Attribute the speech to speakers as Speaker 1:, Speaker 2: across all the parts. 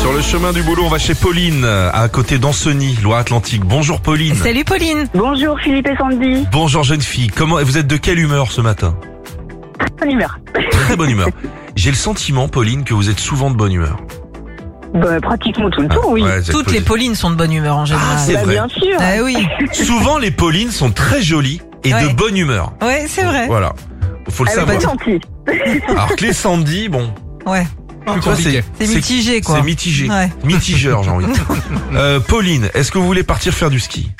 Speaker 1: Sur le chemin du boulot, on va chez Pauline, à côté d'Anceny, Loire-Atlantique. Bonjour Pauline.
Speaker 2: Salut Pauline.
Speaker 3: Bonjour Philippe et Sandy.
Speaker 1: Bonjour jeune fille. Comment vous êtes de quelle humeur ce matin
Speaker 3: Bonne humeur.
Speaker 1: Très bonne humeur. J'ai le sentiment, Pauline, que vous êtes souvent de bonne humeur.
Speaker 3: Bah, pratiquement tout le temps, oui.
Speaker 1: Ouais, vous êtes
Speaker 2: Oh Toutes les
Speaker 1: Pauline.
Speaker 2: Paulines sont de bonne humeur en
Speaker 1: Ah,
Speaker 2: général.
Speaker 1: c'est
Speaker 3: Bah,
Speaker 1: vrai.
Speaker 3: bien sûr.
Speaker 2: Ah oui,
Speaker 1: Souvent, les Paulines sont très jolies et de
Speaker 2: Ouais.
Speaker 1: bonne humeur.
Speaker 2: ouais, c'est vrai. Ah bah
Speaker 1: Voilà. Faut le
Speaker 3: Elle est
Speaker 1: savoir.
Speaker 3: pas gentille.
Speaker 1: Alors que les Sandy, bon.
Speaker 2: Ouais,
Speaker 1: tu vois,
Speaker 4: compliqué.
Speaker 2: c'est mitigé quoi.
Speaker 1: C'est mitigé.
Speaker 2: Ouais.
Speaker 1: Mitigeur, j'ai envie de dire. Euh, Pauline, est-ce que vous voulez partir faire du ski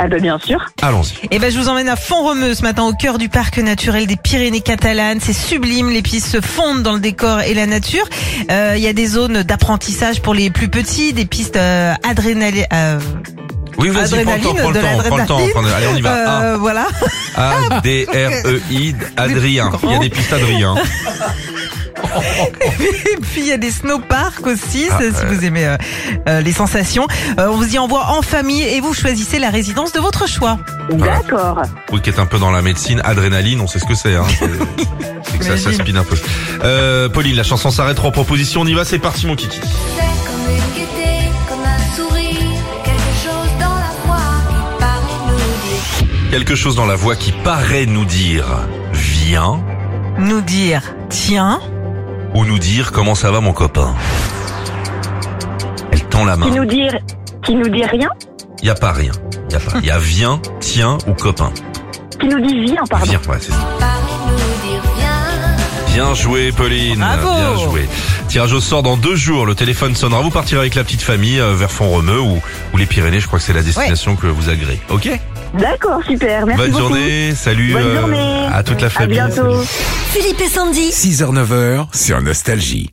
Speaker 3: Ah bah bien sûr.
Speaker 1: Allons-y.
Speaker 2: Et ben je vous emmène à Font-Romeu ce matin au cœur du parc naturel des Pyrénées catalanes. C'est sublime, les pistes se fondent dans le décor et la nature. Euh, Il y a des zones d'apprentissage pour les plus petits, des pistes euh, adrénali- euh,
Speaker 1: Oui, vas-y, prends le temps,
Speaker 2: adrénaline,
Speaker 1: prends
Speaker 2: de
Speaker 1: le temps, prends le temps.
Speaker 2: l'adrénaline.
Speaker 1: prends le- Allez, on y va.
Speaker 2: Euh, voilà.
Speaker 1: A, D, R, E, I, Adrien. Il y a des pistes Adrien.
Speaker 2: Et puis il y a des snowparks aussi,
Speaker 1: Ah,
Speaker 2: ça, si vous aimez euh, euh, les sensations. Euh, on vous y envoie en famille et vous choisissez la résidence de votre choix.
Speaker 1: Voilà.
Speaker 3: D'accord.
Speaker 1: Oui, qui est un peu dans la médecine. Adrénaline, on sait ce que c'est. Hein. C'est- C'est que ça, ça
Speaker 2: J'imagine.
Speaker 1: spin un peu. Euh, Pauline, la chanson s'arrête. Trois propositions. On y va. C'est parti, mon kiki.
Speaker 5: C'est comme une gaieté, comme un sourire, quelque chose dans la voix qui paraît nous dire.
Speaker 1: Quelque chose dans la voix qui paraît nous dire viens
Speaker 2: Nous dire tiens,
Speaker 1: ou nous dire comment ça va, mon copain. Elle tend la main.
Speaker 3: Qui nous dit, qui nous dit rien,
Speaker 1: Il y a pas rien. Il y a pas. Il y a viens, tiens ou copain.
Speaker 3: qui nous dit viens, pardon.
Speaker 1: Viens, ouais, c'est ça.
Speaker 5: Paraît nous dire viens.
Speaker 1: Bien joué, Pauline.
Speaker 2: Bravo.
Speaker 1: Bien joué. Tirage au sort dans deux jours. Le téléphone sonnera. Vous partirez avec la petite famille euh, vers Font-Romeu ou, ou les Pyrénées. Je crois que c'est la destination que vous agréez. Ok.
Speaker 3: D'accord, super. Merci
Speaker 1: Bonne
Speaker 3: beaucoup.
Speaker 1: journée. Salut.
Speaker 3: Bonne
Speaker 1: euh,
Speaker 3: journée.
Speaker 1: À toute la
Speaker 3: À
Speaker 1: famille.
Speaker 3: bientôt.
Speaker 6: Philippe et Sandy.
Speaker 4: 6h-9h sur Nostalgie.